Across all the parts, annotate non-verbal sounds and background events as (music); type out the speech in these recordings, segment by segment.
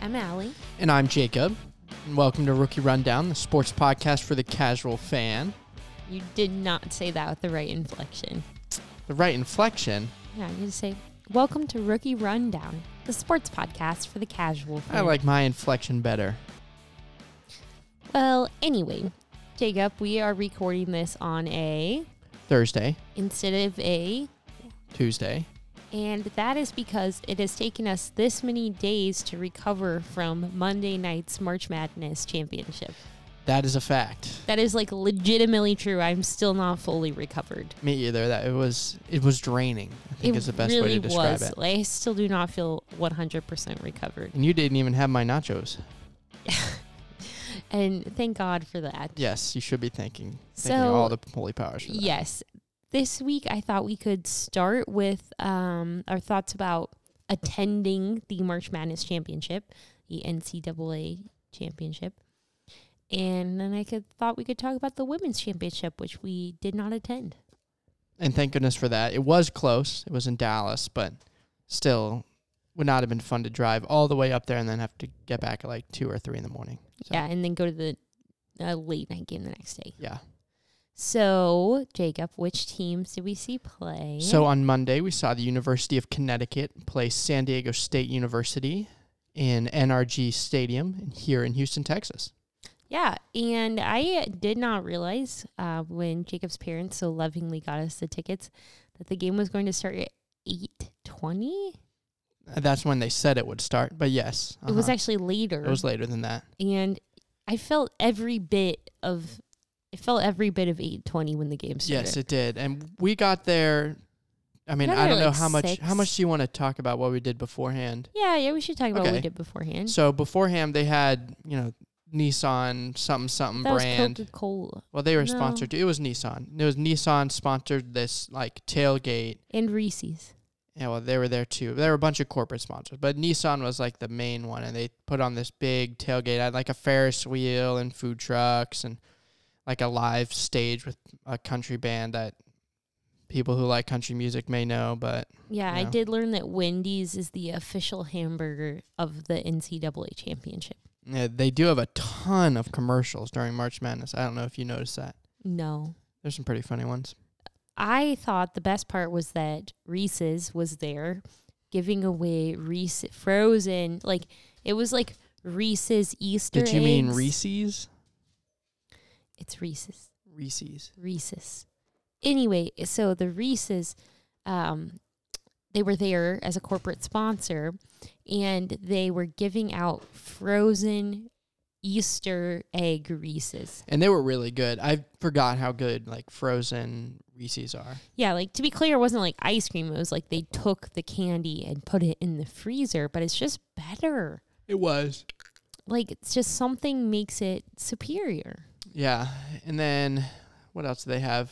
I'm Allie. And I'm Jacob. And welcome to Rookie Rundown, the sports podcast for the casual fan. You did not say that with the right inflection. The right inflection. Yeah, I'm going to say, Welcome to Rookie Rundown, the sports podcast for the casual fan. I like my inflection better. Well, anyway, Jacob, we are recording this on a Thursday, instead of a, Tuesday. and that is because it has taken us this many days to recover from Monday night's March Madness championship. That is a fact. That is like legitimately true. I'm still not fully recovered. Me either. That it was it was draining. I think is the best way to describe was. it. Like, I still do not feel 100% recovered. And you didn't even have my nachos. And thank God for that. Yes, you should be thanking thanking So- all the holy powers. For that. Yes. This week, I thought we could start with um, our thoughts about attending the March Madness Championship, the NCAA Championship. And then I could thought we could talk about the women's championship, which we did not attend. And thank goodness for that. It was close. It was in Dallas, but still would not have been fun to drive all the way up there and then have to get back at like two or three in the morning. So- Yeah, and then go to the uh, late night game the next day. Yeah. So, Jacob, which teams did we see play? So on Monday, we saw the University of Connecticut play San Diego State University in NRG Stadium in- here in Houston, Texas. Yeah, and I did not realize uh, when Jacob's parents so lovingly got us the tickets that the game was going to start at eight twenty. Uh, That's when they said it would start, but yes, It was uh-huh. actually later, it was later than that. and I felt every bit of I felt every bit of eight twenty when the game started. Yes, it did, and we got there. I mean, got I there don't at, know like, how much. How six. much do you want to talk about what we did beforehand? yeah, yeah. We should talk about what we Okay. did beforehand. So beforehand, they had you know Nissan something something that brand. was Coca Cola well, they were No. sponsored. It was Nissan. It was Nissan sponsored this like tailgate and Reese's. Yeah, well, they were there too. There were a bunch of corporate sponsors, but Nissan was like the main one, and they put on this big tailgate. I had like a Ferris wheel and food trucks, and like a live stage with a country band that people who like country music may know. But Yeah, I Yeah. did learn that Wendy's is the official hamburger of the NCAA championship. yeah, they do have a ton of commercials during March Madness. I don't know if you noticed that. No, There's some pretty funny ones. I thought the best part was that Reese's was there giving away Reese frozen like it was like Reese's Easter. Did you mean eggs. Reese's? It's Reese's. Reese's. Reese's. Anyway, so the Reese's, um, they were there as a corporate sponsor, and they were giving out frozen Easter egg Reese's. And they were really good. I forgot how good like frozen Reese's are. Yeah, like to be clear, it wasn't like ice cream. It was like they took the candy and put it in the freezer, but it's just better. It was. Like it's just something makes it superior. Yeah. And then what else do they have?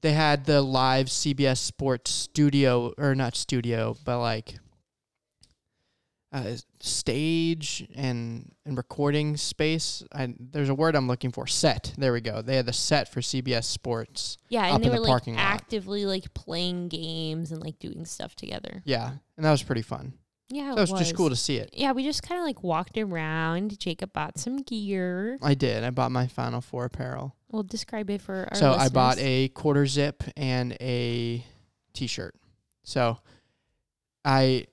They had the live CBS Sports studio, or not studio, but like uh, stage and and recording space. I, there's a word I'm looking for. Set. There we go. They had the set for CBS Sports. Yeah, Up and they in the were like parking lot. actively like playing games and like doing stuff together. Yeah, and that was pretty fun. Yeah, it That was, just cool to see it. yeah, we just kind of like walked around. Jacob bought some gear. I did. I bought my Final Four apparel. We'll describe it for our so I bought listeners. a quarter zip and a t-shirt. So I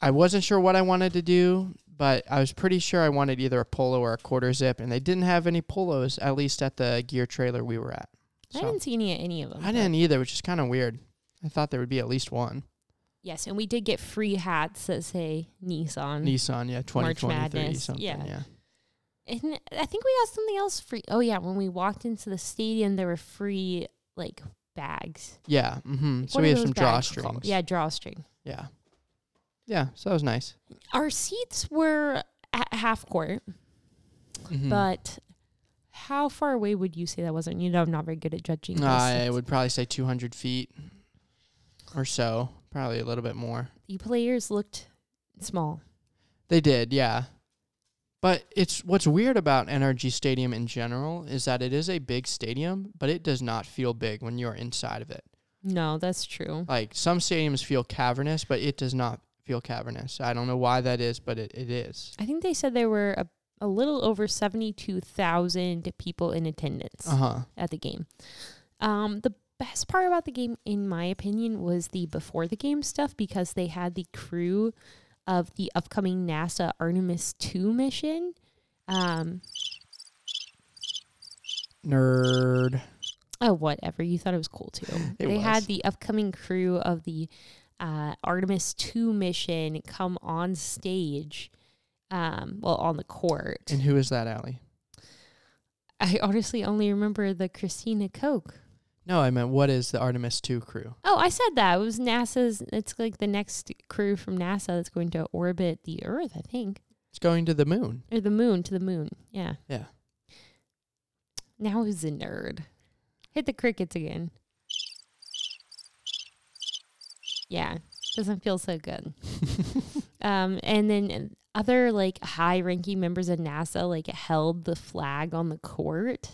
I wasn't sure what I wanted to do, but I was pretty sure I wanted either a polo or a quarter zip, and they didn't have any polos at least at the gear trailer we were at. I So didn't see any any of them. I but- didn't either, which is kind of weird. I thought there would be at least one Yes, and we did get free hats that say Nissan. Nissan, yeah, twenty twenty three Mm-hmm. Madness, something, yeah. yeah. And I think we got something else free. Oh yeah, when we walked into the stadium, there were free like bags. Yeah, mhm. So What we are had those some bags drawstrings. called? Yeah, drawstring. yeah, yeah. So that was nice. Our seats were at half court, Mhm. but how far away would you say that wasn't? You know, I'm not very good at judging. those Uh, I things. would probably say 200 feet or so, probably a little bit more. The players looked small. They did, yeah. But it's what's weird about NRG Stadium in general is that it is a big stadium, but it does not feel big when you're inside of it. No, that's true. Like some stadiums feel cavernous, but it does not feel cavernous. I don't know why that is, but it, it is. I think they said there were a, a little over 72,000 people in attendance Uh huh. at the game. Um, the best part about the game, in my opinion, was the before the game stuff because they had the crew of the upcoming NASA Artemis 2 mission. Um, Nerd. oh, whatever. You thought it was cool too. (laughs) It they was. had the upcoming crew of the uh, Artemis 2 mission come on stage, um, well, on the court. And who is that, Allie? I honestly only remember the Christina Koch. No, I meant what is the Artemis Two crew? Oh, I said that. It was NASA's, it's like the next crew from NASA that's going to orbit the Earth, I think, It's going to the moon. (laughs) or the moon to the moon. Yeah. Yeah. Now who's a nerd? Hit the crickets again. Yeah. Doesn't feel so good. um, and then other like high ranking members of NASA like held the flag on the court.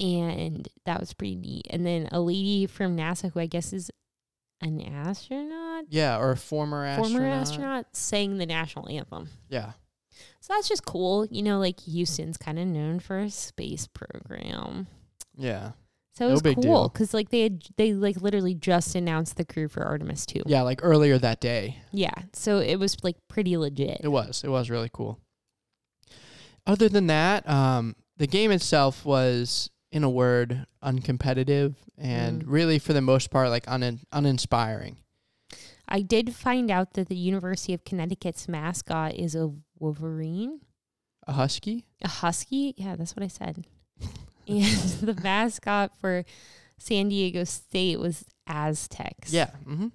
And that was pretty neat. And then a lady from NASA who I guess is an astronaut, Yeah, or a former astronaut. former astronaut, sang the national anthem. Yeah. So that's just cool. You know, like Houston's kind of known for a space program. Yeah. So it No was big cool deal. because like they had they like literally just announced the crew for Artemis two. Yeah, like earlier that day. Yeah, so it was like pretty legit. It was. It was really cool. Other than that, um, the game itself was, in a word, uncompetitive and Mm. really, for the most part, like un- uninspiring. I did find out that the University of Connecticut's mascot is a Wolverine, A husky? a husky. Yeah, that's what I (laughs) said. and (laughs) the mascot for San Diego State was Aztecs. Yeah. hmm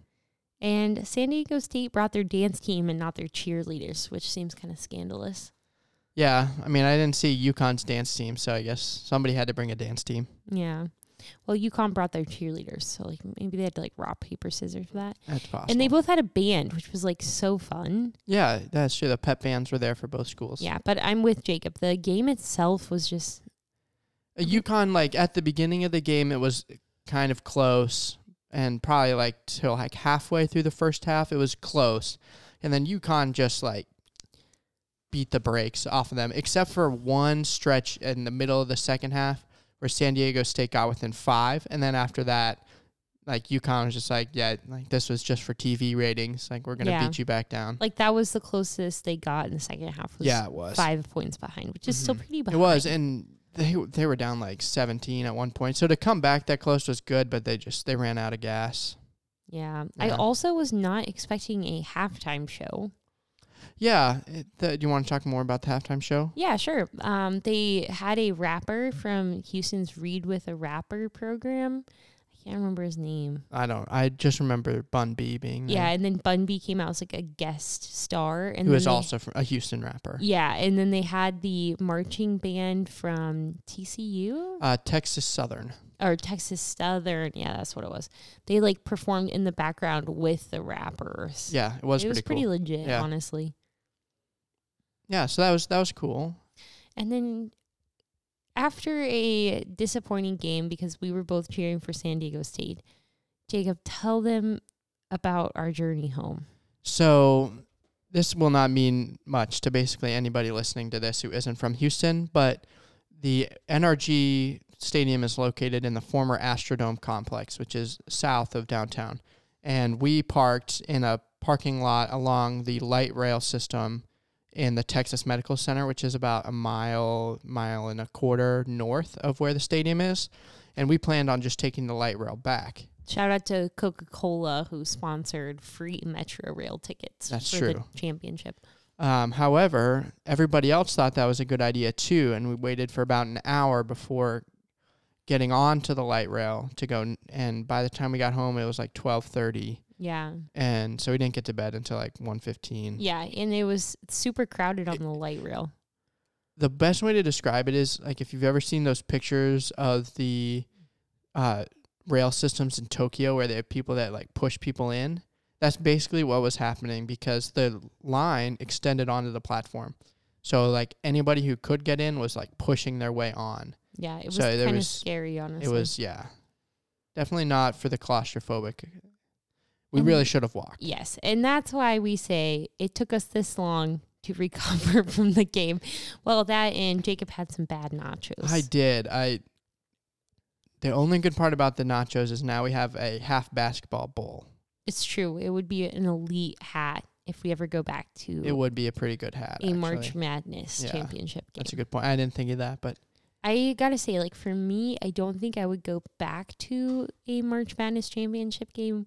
And San Diego State brought their dance team and not their cheerleaders, which seems kind of scandalous. Yeah. I mean, I didn't see UConn's dance team, so I guess somebody had to bring a dance team. Yeah. Well, UConn brought their cheerleaders, so like maybe they had to like rock paper scissors for that. That's possible. And they both had a band, which was like so fun. yeah, that's true. The pep bands were there for both schools. Yeah, but I'm with Jacob. The game itself was just Uh, UConn, like at the beginning of the game, it was kind of close, and probably like till like halfway through the first half, it was close, and then UConn just like beat the brakes off of them, except for one stretch in the middle of the second half where San Diego State got within five, and then after that, like UConn was just like, yeah, like this was just for TV ratings, like we're gonna Yeah. beat you back down. like that was the closest they got in the second half. Was Yeah, it was. five points behind, which is still Mhm. pretty It behind. was, and they they were down like 17 at one point. So to come back that close was good, but they just they ran out of gas. Yeah. I Yeah. also was not expecting a halftime show. Yeah, it, the, do you want to talk more about the halftime show? Yeah, sure. Um, they had a rapper from Houston's Read with a Rapper program. I can't remember his name. I don't. I just remember Bun B being there, Yeah, and then Bun B came out as like a guest star, and who then is they- also fr- a Houston rapper. yeah, and then they had the marching band from TCU Uh, Texas Southern. or Texas Southern. Yeah, that's what it was. They like performed in the background with the rappers. Yeah, it was it pretty was pretty cool. legit, Yeah. honestly. yeah, so that was that was cool. And then after a disappointing game because we were both cheering for San Diego State, Jacob, tell them about our journey home. So this will not mean much to basically anybody listening to this who isn't from Houston, but the NRG Stadium is located in the former Astrodome complex, which is south of downtown. And we parked in a parking lot along the light rail system in the Texas Medical Center, which is about a mile, mile and a quarter north of where the stadium is. And we planned on just taking the light rail back. Shout out to Coca Cola who sponsored free Metro Rail tickets That's for true. the championship. Um, however, everybody else thought that was a good idea too, and we waited for about an hour before getting on to the light rail to go. n- And by the time we got home, it was like twelve thirty, Yeah. and so we didn't get to bed until like one fifteen. Yeah, and it was super crowded on the light rail. The best way to describe it is like if you've ever seen those pictures of the uh, rail systems in Tokyo, where they have people that like push people in. That's basically what was happening because the line extended onto the platform. So like anybody who could get in was like pushing their way on. Yeah, it was So there kind of was- scary, honestly. It was yeah. Definitely not for the claustrophobic. We And- really should have walked. Yes. And that's why we say it took us this long to (laughs) recover from the game. Well, that and Jacob had some bad nachos. I did. I. The only good part about the nachos is now we have a half basketball bowl. it's true. It would be an elite hat if we ever go back to It would be a pretty good hat. a March actually. Madness Yeah. championship game. That's a good point. I didn't think of that, but I gotta say, like for me, I don't think I would go back to a March Madness championship game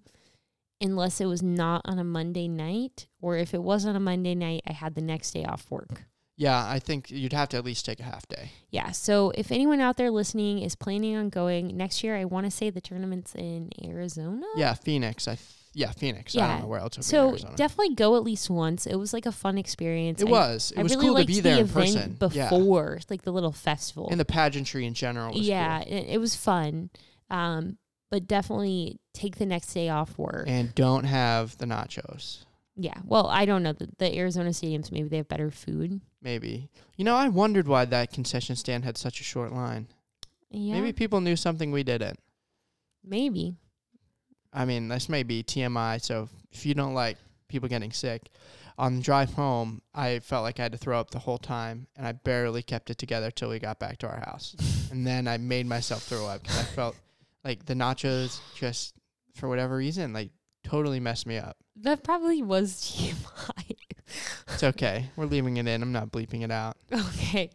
unless it was not on a Monday night, or if it was on a Monday night, I had the next day off work. yeah, I think you'd have to at least take a half day. Yeah. So if anyone out there listening is planning on going next year, I want to say the tournament's in Arizona. Yeah, Phoenix. I th- yeah, Phoenix. I Yeah. don't know where else. it'd be in So Arizona. definitely go at least once. It was like a fun experience. it I- was. It I was really cool to liked be the there in event person. Yeah, before, like the little festival. and the pageantry in general. Was yeah, it, it was fun. Um, but definitely take the next day off work. cool. and don't have the nachos. yeah. Well, I don't know the, the Arizona stadiums. Maybe they have better food. Maybe. You know, I wondered why that concession stand had such a short line. Yeah, Maybe maybe. people knew something we didn't. I mean, this may be TMI, so if you don't like people getting sick, on the drive home, I felt like I had to throw up the whole time, and I barely kept it together till we got back to our house. and then I made myself throw up 'cause I felt like the nachos just, for whatever reason, like totally messed me up. That probably was (laughs) TMI. It's okay. We're leaving it in. I'm not bleeping it out. okay.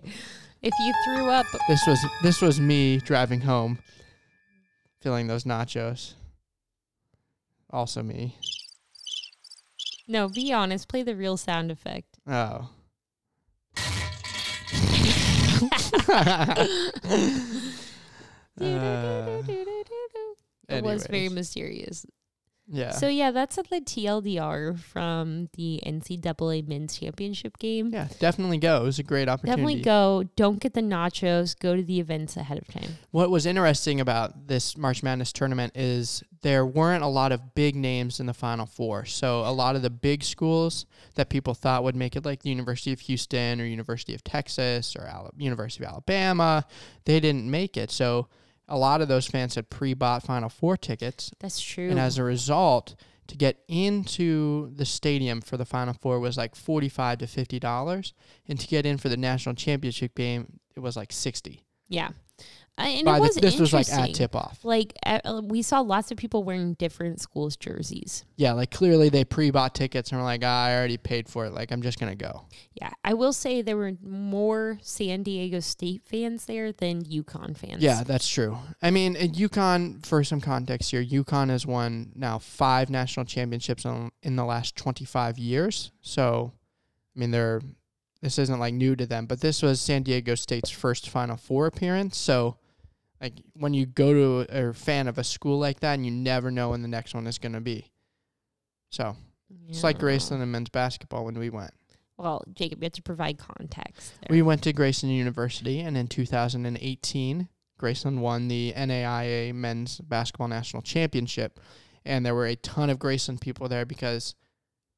If you threw up, This was this was me driving home, feeling those nachos. Also me. no, be honest. Play the real sound effect. Oh. (laughs) Uh, it was very anyways. mysterious. yeah. So yeah, that's at the TLDR from the NCAA men's championship game. yeah, definitely go. It was a great opportunity. Definitely go. Don't get the nachos. Go to the events ahead of time. What was interesting about this March Madness tournament is there weren't a lot of big names in the Final Four. So a lot of the big schools that people thought would make it, like the University of Houston or University of Texas or Ala- University of Alabama, they didn't make it. So a lot of those fans had pre-bought Final Four tickets, That's true. and as a result, to get into the stadium for the Final Four was like forty-five to fifty dollars, and to get in for the national championship game, it was like sixty. yeah, I, and By it the- was this was like interesting. at tip-off. Like uh, we saw lots of people wearing different schools' jerseys. Yeah, like clearly they pre-bought tickets and were like, ah, I already paid for it. Like I'm just gonna go. Yeah, I will say there were more San Diego State fans there than UConn fans. Yeah, that's true. I mean, uh, UConn, for some context here, UConn has won now five national championships on, in the last 25 years. So, I mean, they're this isn't like new to them, but this was San Diego State's first Final Four appearance. So, like when you go to a, a fan of a school like that, and you never know when the next one is going to be. So it's like Yeah. Graceland and men's basketball when we went. Well, Jacob, you have to provide context. there. We went to Grayson University, and in 2018, Grayson won the NAIA Men's Basketball National Championship, and there were a ton of Grayson people there because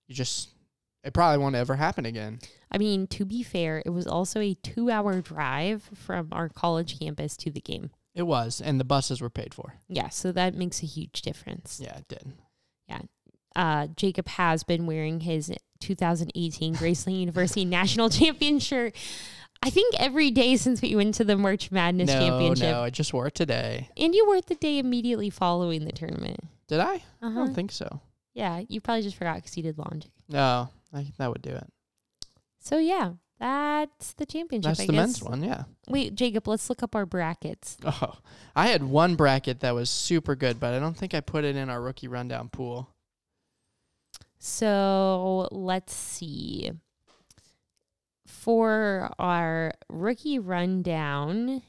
you just it probably won't ever happen again. I mean, to be fair, it was also a two-hour drive from our college campus to the game. It was, and the buses were paid for. Yeah, so that makes a huge difference. Yeah, it did. uh, Jacob has been wearing his 2018 Graceland University (laughs) National Champion shirt. I think every day since we went to the March Madness no, Championship. no, I just wore it today. And you were at the day immediately following the tournament. Did I? I Uh-huh. don't think so. Yeah, you probably just forgot because you did laundry. No, I, that would do it. So, yeah, that's the championship, That's I the guess. men's one, yeah. Wait, Jacob, let's look up our brackets. Oh, I had one bracket that was super good, but I don't think I put it in our rookie rundown pool. So let's see. For our rookie rundown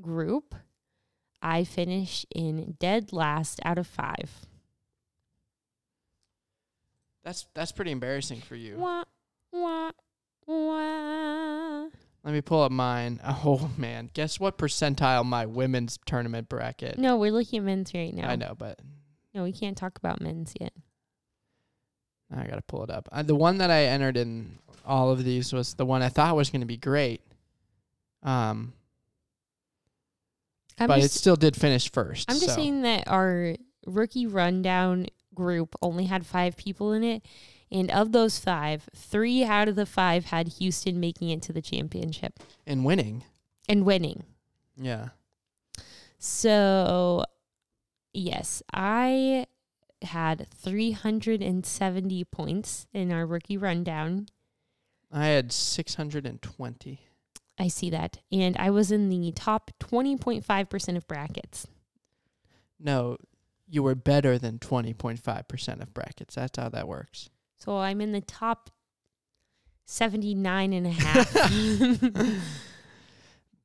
group, I finished in dead last out of five. That's that's pretty embarrassing for you. Wah, wah, wah. Let me pull up mine. (laughs) Oh man, guess what percentile my women's tournament bracket? No, we're looking at men's right now. I know, but No, we can't talk about men's yet. I gotta pull it up. Uh the one that I entered in all of these was the one I thought was gonna be great, um, I'm but it just, still did finish first. I'm just so. saying that our rookie rundown group only had five people in it. And of those five, three out of the five had Houston making it to the championship and winning. and winning. Yeah. So, yes, I had 370 points in our rookie rundown. I had 620. I see that. And I was in the top 20.5% of brackets. No, you were better than 20.5% of brackets. That's how that works. So I'm in the top 79 and a half. (laughs)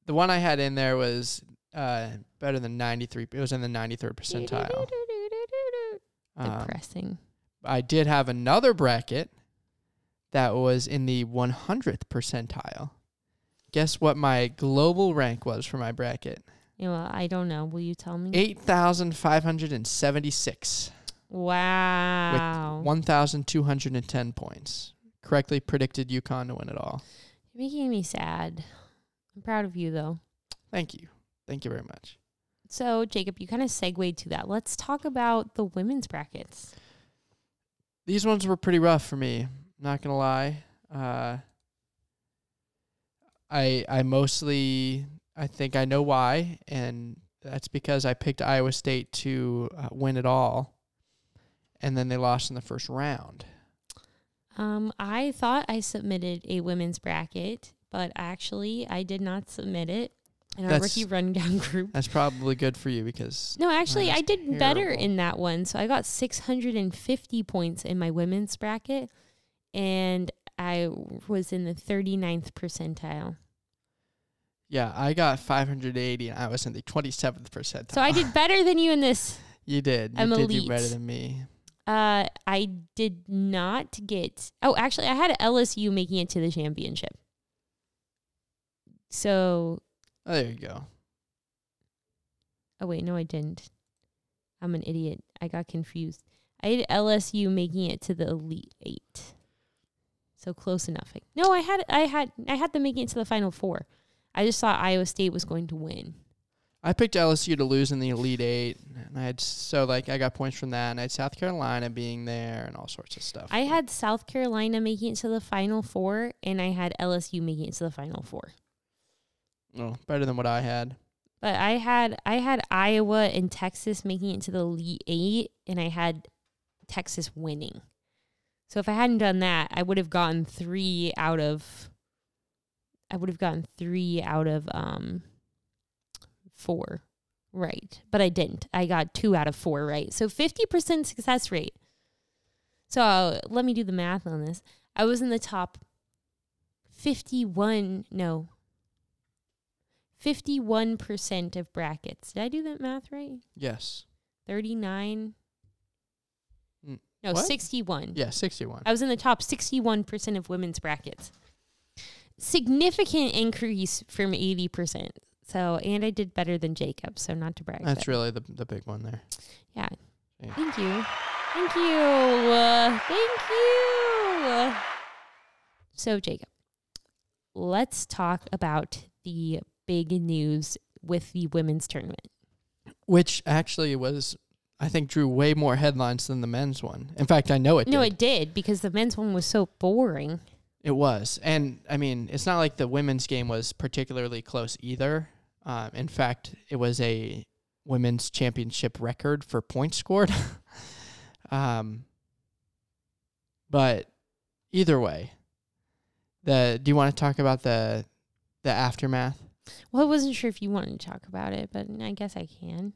The one I had in there was uh, better than 93. It was in the 93rd (laughs) percentile. Um, Depressing. I did have another bracket that was in the 100th percentile. Guess what my global rank was for my bracket? Yeah, well, I don't know. Will you tell me? 8,576 wow. with 1,210 points. Correctly predicted UConn to win it all. You're making me sad. I'm proud of you, though. Thank you. Thank you very much. So, Jacob, you kind of segued to that. Let's talk about the women's brackets. these ones were pretty rough for me. Not gonna lie. Uh, I I mostly I think I know why, and that's because I picked Iowa State to uh, win it all, and then they lost in the first round. Um, I thought I submitted a women's bracket, but actually, I did not submit it in our That's- rookie rundown (laughs) group. That's probably good for you because No, actually, is I did better terrible. in that one. So I got 650 points in my women's bracket, and I was in the 39th percentile. yeah, I got 580 and I was in the 27th percentile. So I did better than you in this. you did. You I'm did do elite. better than me. Uh, I did not get. Oh, actually, I had LSU making it to the championship. So, Oh, there you go. oh wait, no, I didn't. I'm an idiot. I got confused. I had LSU making it to the elite eight. So close enough. Like, No, I had, I had, I had them making it to the final four. I just thought Iowa State was going to win. I picked LSU to lose in the Elite Eight, and I had so like I got points from that, and I had South Carolina being there and all sorts of stuff. I had South Carolina making it to the final four, and I had LSU making it to the final four. oh, better than what I had. But I had I had Iowa and Texas making it to the Elite Eight, and I had Texas winning. So if I hadn't done that, I would have gotten three out of. I would have gotten three out of um. Four, right? But I didn't. I got two out of four right. So fifty percent success rate. So let me do the math on this. I was in the top fifty-one. No, 51% of brackets. Did I do that math right? Yes. 39? Mm, No, what? 61. Yeah, sixty-one. I was in the top 61% of women's brackets. Significant increase from 80%. So, and I did better than Jacob, so not to brag. That's but- really the the big one there. Yeah. Yeah. Thank you. Thank you. Uh, thank you. So, Jacob, let's talk about the big news with the women's tournament. Which actually was, I think, drew way more headlines than the men's one. In fact, I know it. no, did. it did because the men's one was so boring. It was, and I mean, it's not like the women's game was particularly close either. Um, in fact, it was a women's championship record for points scored. (laughs) um, but either way, the do you want to talk about the the aftermath? Well, I wasn't sure if you wanted to talk about it, but I guess I can.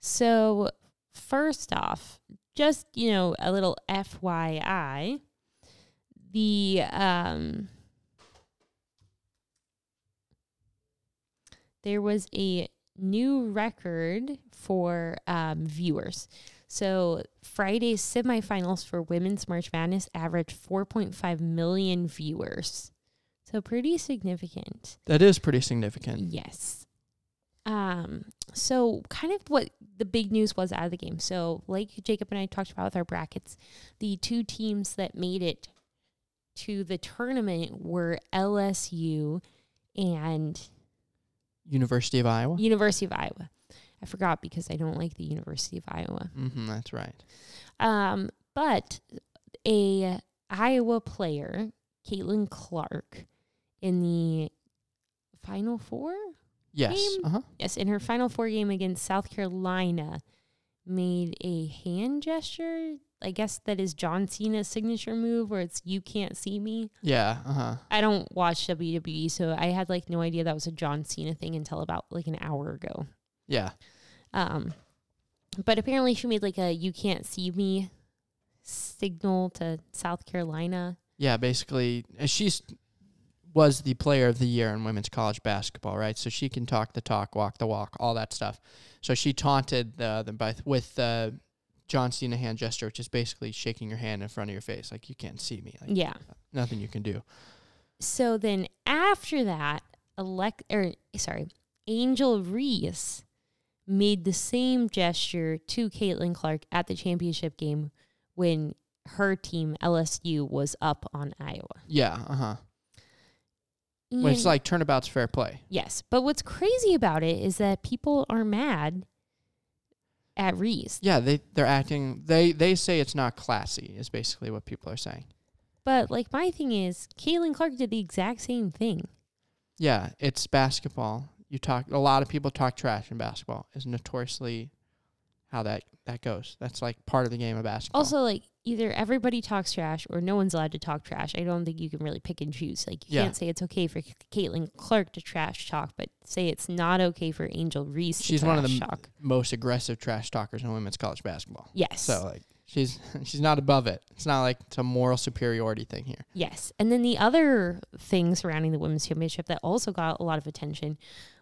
So, first off, just, you know, a little FYI, the um there was a new record for um, viewers. So Friday's semifinals for Women's March Madness averaged 4.5 million viewers. So pretty significant. That is pretty significant. Yes. Um, so kind of what the big news was out of the game. So like Jacob and I talked about with our brackets, the two teams that made it to the tournament were LSU and University of Iowa. University of Iowa. I forgot because I don't like the University of Iowa. hmm that's right. Um, but a Iowa player, Caitlin Clark, in the Final Four, Yes. Game- Uh huh. yes, in her Final Four game against South Carolina, made a hand gesture. I guess that is John Cena's signature move, where it's "You can't see me." Yeah. Uh huh. I don't watch WWE, so I had like no idea that was a John Cena thing until about like an hour ago. Yeah. Um, but apparently she made like a "you can't see me" signal to South Carolina. Yeah. Basically, uh, she's was the player of the year in women's college basketball, right? So she can talk the talk, walk the walk, all that stuff. So she taunted the, the by with the John Cena hand gesture, which is basically shaking your hand in front of your face, like you can't see me, like Yeah. nothing you can do. So then after that, elect or sorry, Angel Reese made the same gesture to Caitlin Clark at the championship game when her team LSU was up on Iowa. Yeah. Uh huh. When it's And- like turnabout's fair play. yes, but what's crazy about it is that people are mad at Reese. Yeah, they they're acting. They they say it's not classy. Is basically what people are saying. But like my thing is, Caitlin Clark did the exact same thing. Yeah, it's basketball. You talk a lot of people talk trash in basketball. Is notoriously how that that goes. That's like part of the game of basketball. Also, like either everybody talks trash or no one's allowed to talk trash. I don't think you can really pick and choose. Like you Yeah. can't say it's okay for C- Caitlin Clark to trash talk, but say it's not okay for Angel Reese. To she's one of the trash m- talk. most aggressive trash talkers in women's college basketball. Yes. So like she's (laughs) she's not above it. It's not like it's a moral superiority thing here. Yes. And then the other thing surrounding the women's championship that also got a lot of attention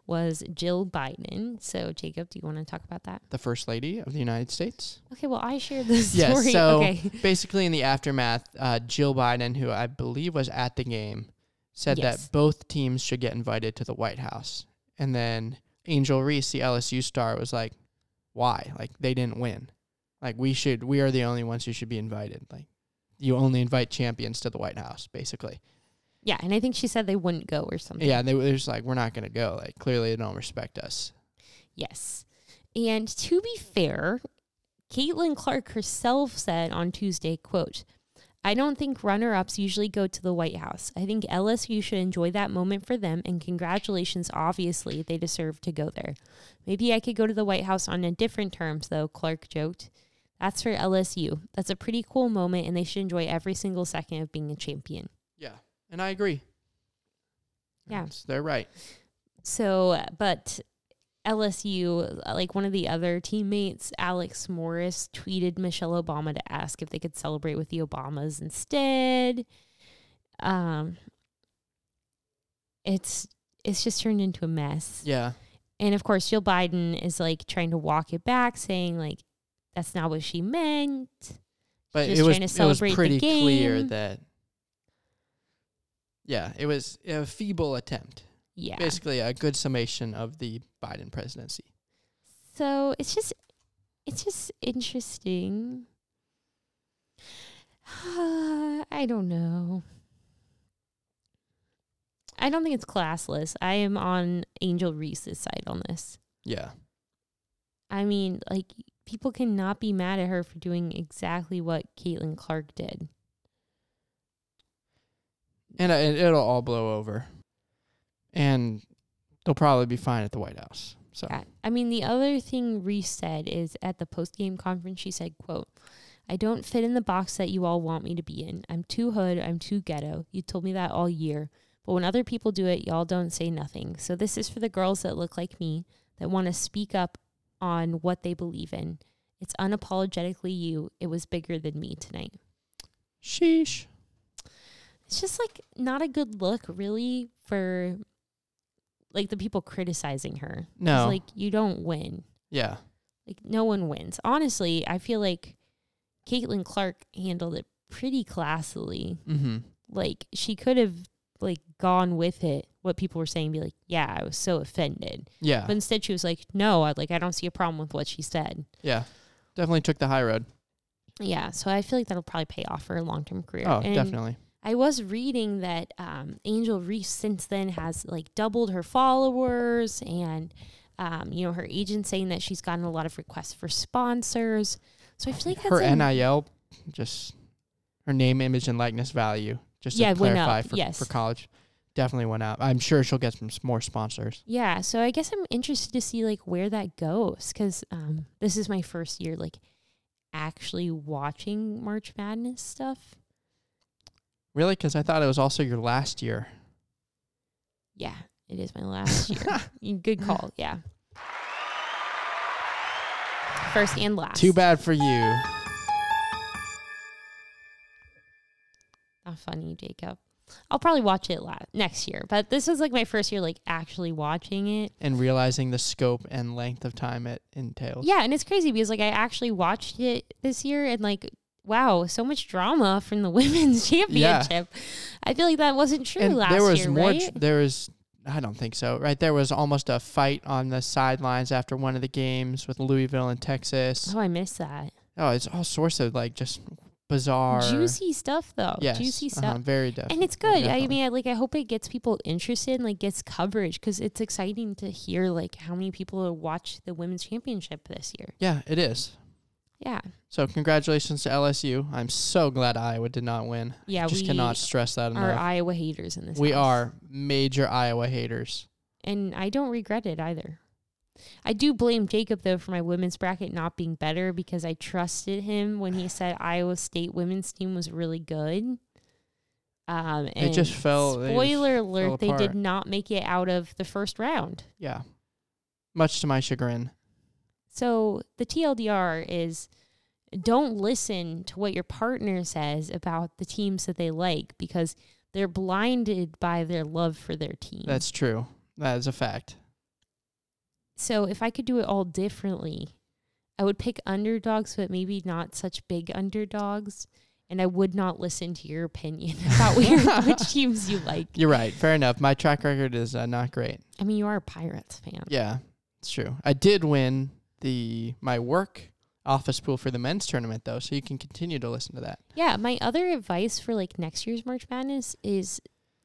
was Jill Biden. So Jacob, do you want to talk about that? The first lady of the United States. Okay. Well, I shared this Yeah, story. so- okay. Basically, in the aftermath, uh, Jill Biden, who I believe was at the game, said Yes. that both teams should get invited to the White House. And then Angel Reese, the LSU star, was like, "Why? Like they didn't win. Like we should. We are the only ones who should be invited. Like you only invite champions to the White House, basically. Yeah, and I think she said they wouldn't go or something. Yeah. And they were just like, we're not gonna go. Like clearly, they don't respect us. Yes. And to be fair, Caitlin Clark herself said on Tuesday, quote, I don't think runner ups usually go to the White House. I think LSU should enjoy that moment for them, and congratulations, obviously, they deserve to go there. Maybe I could go to the White House on a different terms, though, Clark joked. That's for LSU. That's a pretty cool moment, and they should enjoy every single second of being a champion. Yeah. And I agree. Yeah. It's- they're right. So, but LSU, uh, like one of the other teammates, Alex Morris, tweeted Michelle Obama to ask if they could celebrate with the Obamas instead. Um, it's it's just turned into a mess, Yeah. and of course, Jill Biden is like trying to walk it back, saying like that's not what she meant. but just it was trying to it celebrate was the pretty clear game. that yeah, it was a feeble attempt. Yeah, Basically, a good summation of the Biden presidency. So it's just, it's just interesting. (sighs) I don't know. I don't think it's classless. I am on Angel Reese's side on this. Yeah, I mean, like people cannot be mad at her for doing exactly what Caitlin Clark did. and uh, it- it'll all blow over, and they'll probably be fine at the White House. So Yeah. I mean, the other thing Reese said is at the post game conference, she said, quote, I don't fit in the box that you all want me to be in. I'm too hood. I'm too ghetto. You told me that all year. But when other people do it, y'all don't say nothing. So this is for the girls that look like me, that want to speak up on what they believe in. It's unapologetically you. It was bigger than me tonight. sheesh. It's just like not a good look, really, for like the people criticizing her. It's No, like you don't win. yeah, Like no one wins. Honestly, I feel like Caitlin Clark handled it pretty classily. mm-hmm. Like she could have like gone with it what people were saying, be like, Yeah, I was so offended. yeah, But instead she was like, No, I like I don't see a problem with what she said. yeah. Definitely took the high road. Yeah. So I feel like that'll probably pay off for a long term career. Oh, And definitely. I was reading that um, Angel Reese since then has like doubled her followers and Um, you know, her agent saying that she's gotten a lot of requests for sponsors. So I feel like that's her a- NIL, just her name, image, and likeness value. Just Yeah, to it went up, clarify for, yes. for college, definitely went up. I'm sure she'll get some s- more sponsors. Yeah, so I guess I'm interested to see like where that goes because um, this is my first year like actually watching March Madness stuff. Really? Because I thought it was also your last year. Yeah, it is my last year. Y- Good call. Yeah, first and last. Too bad for you. Not funny, Jacob. I'll probably watch it la- next year, but this was like my first year like actually watching it. And realizing the scope and length of time it entails. Yeah, and it's crazy because like I actually watched it this year and like wow, so much drama from the (laughs) women's Yeah. championship. I feel like that wasn't true and last there was year, more. right? tr- there was. I don't think so. Right? There was almost a fight on the sidelines after one of the games with Louisville and Texas. oh, I missed that. Oh, it's all sorts of like just bizarre. Juicy stuff though. Yes, Juicy stuff. uh-huh, very def- And it's good. I definitely. mean, I, like I hope it gets people interested and like gets coverage because it's exciting to hear like how many people watch the women's championship this year. Yeah, it is. Yeah, So congratulations to LSU. I'm so glad Iowa did not win. yeah. Just we cannot stress that are enough. Iowa haters in this. We house. are major Iowa haters. and I don't regret it either. I do blame Jacob though for my women's bracket not being better because I trusted him when he said Iowa State women's team was really good. Um, and It just fell- they just Spoiler fell alert: They did apart. not make it out of the first round. Yeah. Much to my chagrin. So the TLDR is don't listen to what your partner says about the teams that they like because they're blinded by their love for their team. That's true. That is a fact. So if I could do it all differently, I would pick underdogs, but maybe not such big underdogs. And I would not listen to your opinion (laughs) about where, which teams you like. You're right. Fair enough. My track record is uh, not great. I mean, you are a Pirates fan. Yeah, it's true. I did win the my work office pool for the men's tournament though, so you can continue to listen to that. Yeah. My other advice for like next year's March Madness is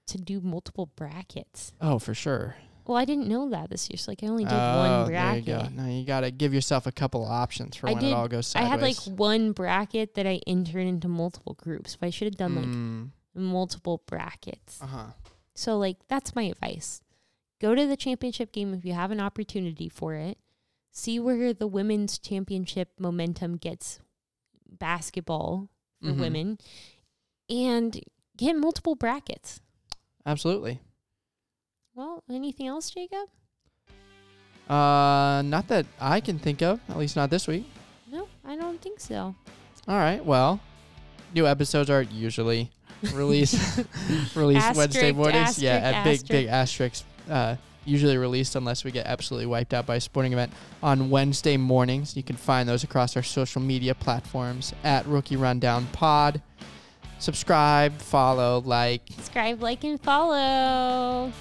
to do multiple brackets. Oh, for sure. Well, I didn't know that this year, so like I only did Oh, one bracket. There you go. No, you gotta give yourself a couple of options for I when did- it all goes I sideways. had like one bracket that I entered into multiple groups, but I should have done like Mm, Hmm. multiple brackets. uh huh. So, like, that's my advice. Go to the championship game if you have an opportunity for it. See where the women's championship momentum gets basketball for Mhm. women and get multiple brackets. Absolutely. Well, anything else, Jacob? Uh, not that I can think of, at least not this week. No, I don't think so. All right. Well, new episodes (laughs) are usually released (laughs) released Wednesday Asterisk, mornings. yeah, asterisk, at big big asterisks. Uh, usually released unless we get absolutely wiped out by a sporting event on Wednesday mornings. You can find those across our social media platforms at Rookie Rundown Pod. Subscribe, follow, like. Subscribe, like, and follow.